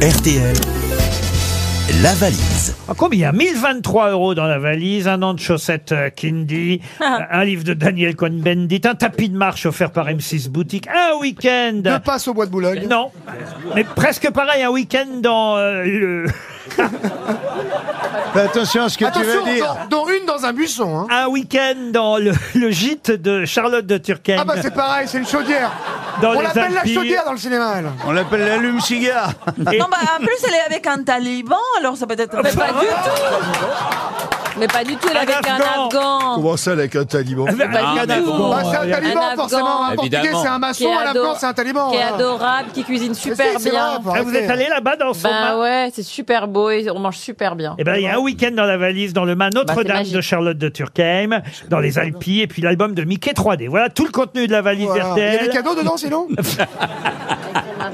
RTL, la valise. Ah, Combien 1023 euros dans la valise, un an de chaussettes euh, Kindy, Ah. un livre de Daniel Cohn-Bendit, un tapis de marche offert par M6 Boutique, un week-end. Je passe au bois de Boulogne. Non, mais presque pareil, un week-end dans euh, le- Fais attention à ce que Attention, tu veux dire. dans, dans une dans un buisson. hein. un week-end dans le, le gîte de Charlotte de Turckheim. Ah bah c'est pareil, c'est une chaudière. Dans On les l'appelle la Alpilles. chaudière dans le cinéma. elle. On l'appelle l'allume-cigare. Et- Non, bah en plus elle est avec un taliban, alors ça peut être. Mais Ah, pas du tout Mais pas du tout, elle est Un avec un Afghan. Afghan Comment ça avec un taliban Avec pas un du Afghan. tout. Ah, Bah, c'est un Oh, Il y a- taliban Afghan. forcément. Un portugais Évidemment. c'est un Qui est maçon, un ado- afghan c'est un taliban. hein. qui est voilà. adorable, qui cuisine Mais si, super c'est bien. vrai, faut Ah, vous arrêter. êtes allé là-bas dans son Ben Bah ma- ouais, c'est super beau et on mange super bien. Eh ben, il y a un week-end dans la valise, dans le Mât Bah, c'est Notre-Dame magique. de Charlotte de Turckheim, dans les Alpilles, et puis l'album de Mickey 3D. Voilà tout le contenu de la valise Voilà. Il y a des RTL. cadeaux dedans sinon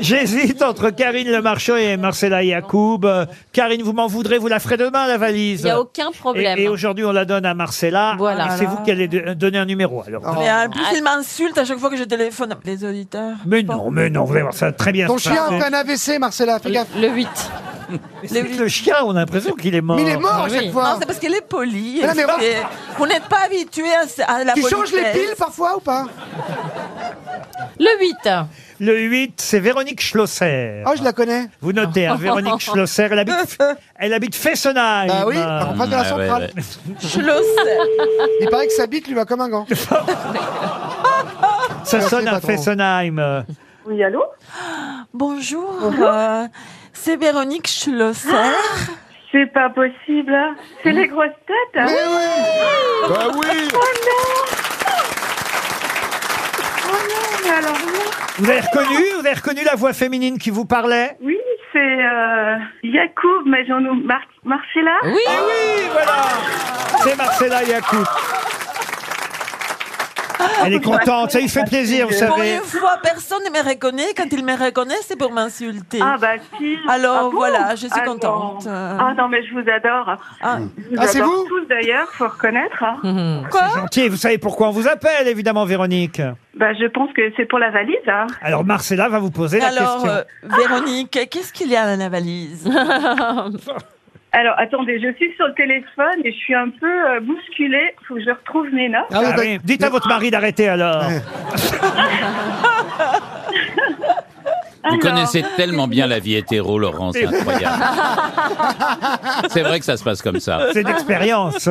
J'hésite entre Karine Le Marchand et Marcella Yacoub. Euh, Karine, vous m'en voudrez, vous la ferez demain, la valise. euh, Il n'y a aucun problème. Et, et aujourd'hui, on la donne à Marcella. Voilà. Et C'est vous qui allez de- euh, donner un numéro, alors. Oh. Mais en plus il m'insulte à chaque fois que je téléphone. Les auditeurs. Mais non, mais non, vous allez voir, ça va très bien Ton se chien a passer. fait un AVC, Marcella, fais gaffe. Le 8. C'est que le chien, on a l'impression qu'il est mort. Mais il est mort à oui. chaque Non, fois. c'est parce qu'elle est polie. Mais non, mais et on- et Vous n'êtes pas habitué à, à la Tu changes les politesse. piles parfois ou pas Le 8. Le 8, c'est Véronique Schlosser. Ah, je la connais. Vous notez, hein, Véronique Schlosser, elle habite, elle habite Fessenheim. Bah oui, en face de la Ah ouais, centrale. Schloss. Il paraît que sa bite lui va comme un gant. Ça Merci, sonne à patron. Fessenheim. euh. Oui, allô Bonjour. euh, c'est Véronique Schlosser. C'est pas possible. hein. C'est les grosses têtes. hein. Mais oui Bah oui Oh non, mais alors non. Vous avez reconnu, vous avez reconnu la voix féminine qui vous parlait Oui, c'est euh, Yacoub, mais j'en ai Mar Marcella. Oui. Ah oui, voilà C'est Marcella Yacoub. Elle est contente, ça lui fait plaisir, vous Pour savez. une fois, personne ne me reconnaît. Quand ils me reconnaissent, c'est pour m'insulter. Ah bah si. Alors, Ah bon voilà, je suis Ah, non. contente. Euh. Ah non, mais je vous adore. Ah, Je vous Ah, c'est adore vous tous d'ailleurs, faut reconnaître. hein. Mhm. Mmh. quoi Gentil, vous savez pourquoi on vous appelle, évidemment, Véronique. Bah je pense que c'est pour la valise. hein. Alors, Marcella va vous poser la Alors, question. euh, Véronique, qu'est-ce qu'il y a dans la valise Alors attendez, je suis sur le téléphone et je suis un peu euh, bousculée. Faut que je retrouve mes notes. Ah oui, Ah bah- oui, Dites à votre mari d'arrêter alors. Alors, Vous connaissez tellement bien la vie hétéro, Laurent, c'est incroyable. c'est vrai que ça se passe comme ça. C'est d'expérience.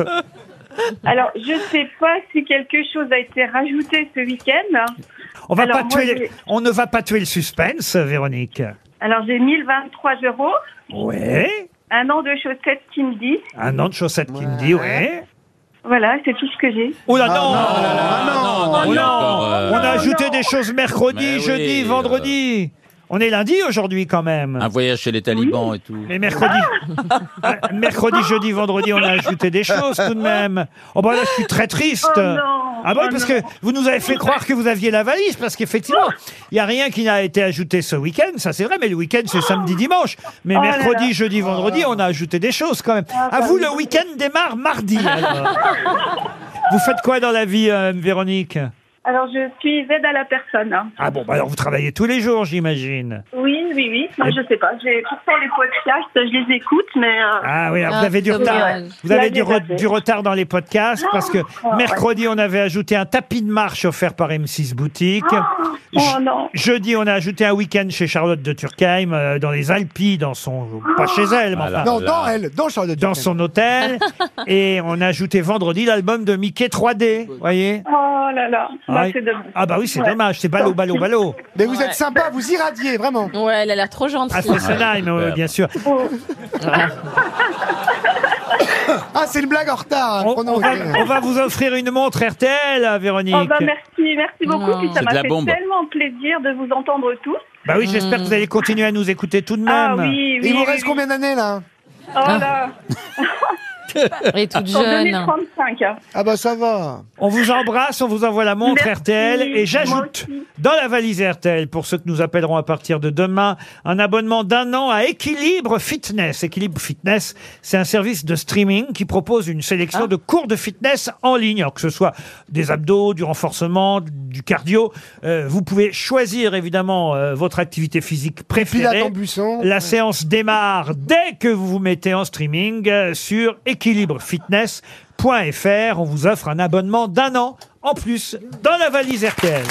alors je sais pas si quelque chose a été rajouté ce week-end. hein. On, va Alors, pas moi, tuer, j'ai- on ne va pas tuer le suspense, Véronique. Alors j'ai 1023 euros, Ouais. un an de chaussettes Kindy. Un an de chaussettes Kindy, ouais. Voilà, c'est tout ce que j'ai. Oh là non, Ah non, non, Oh il y a non, encore, euh, On a ajouté des choses mercredi, Mais jeudi, oui, euh. vendredi. On est lundi aujourd'hui quand même. un voyage chez les talibans et tout. Mais mercredi, Ah, mercredi, jeudi, vendredi, on a ajouté des choses tout de même. Oh bah là, je suis très triste. Oh non, ah bon, oh parce non. que vous nous avez fait croire que vous aviez la valise, parce qu'effectivement, il y a rien qui n'a été ajouté ce week-end, ça c'est vrai, mais le week-end c'est samedi, dimanche. Mais Oh là mercredi, là. jeudi, vendredi, on a ajouté des choses quand même. Ah à bah vous, oui. le week-end démarre mardi. alors. vous faites quoi dans la vie, euh, Véronique Alors, je suis aide à la personne. hein. Ah bon, bah alors vous travaillez tous les jours, j'imagine. Oui, oui, oui. Non, je sais pas. J'ai pourtant les podcasts, je les écoute, mais euh, Ah oui, alors vous Ah, avez du dommage. retard. Vous Là, avez du, j'ai re- zappé. du retard dans les podcasts parce que Ah, ouais. mercredi, on avait ajouté un tapis de marche offert par M6 Boutique. oh non. Jeudi, on a ajouté un week-end chez Charlotte de Turckheim euh, dans les Alpilles, dans son Ah. pas chez elle, mais Voilà. enfin, Non, Là. dans elle, dans Charles de dans Turckheim. son hôtel. Et on a ajouté vendredi l'album de Mickey 3D. Voyez. Oh là là. Bah, Ah, c'est dommage. Ah bah oui, c'est Ouais. dommage. C'est ballot, ballot, ballot. Mais vous Ouais. êtes sympa, vous irradiez vraiment. Ouais, elle a l'air trop gentille. À Fessenheim, Ouais, euh, super. bien sûr. Oh. Ah, c'est une blague en retard. hein, On, prenons- on va, on va vous offrir une montre RTL, Véronique. Oh, bah, merci, merci beaucoup. Non. Puis ça C'est de m'a la fait bombe. tellement plaisir de vous entendre tous. Bah oui, j'espère que vous allez continuer à nous écouter tout de même. Ah oui, oui. Il vous oui, reste oui. Ah. combien d'années là Oh là. Et toute En jeune. 2035. hein. Ah bah ça va. On vous embrasse, on vous envoie la montre Merci, RTL et moi j'ajoute aussi. dans la valise RTL pour ceux que nous appellerons à partir de demain un abonnement d'un an à Équilibre Fitness. Équilibre Fitness, c'est un service de streaming qui propose une sélection Ah. de cours de fitness en ligne, alors que ce soit des abdos, du renforcement, du cardio. Euh, vous pouvez choisir évidemment euh, votre activité physique Pilates préférée. en buisson. La séance démarre dès que vous vous mettez en streaming euh, sur équilibrefitness.fr. On vous offre un abonnement d'un an en plus dans la valise RTL.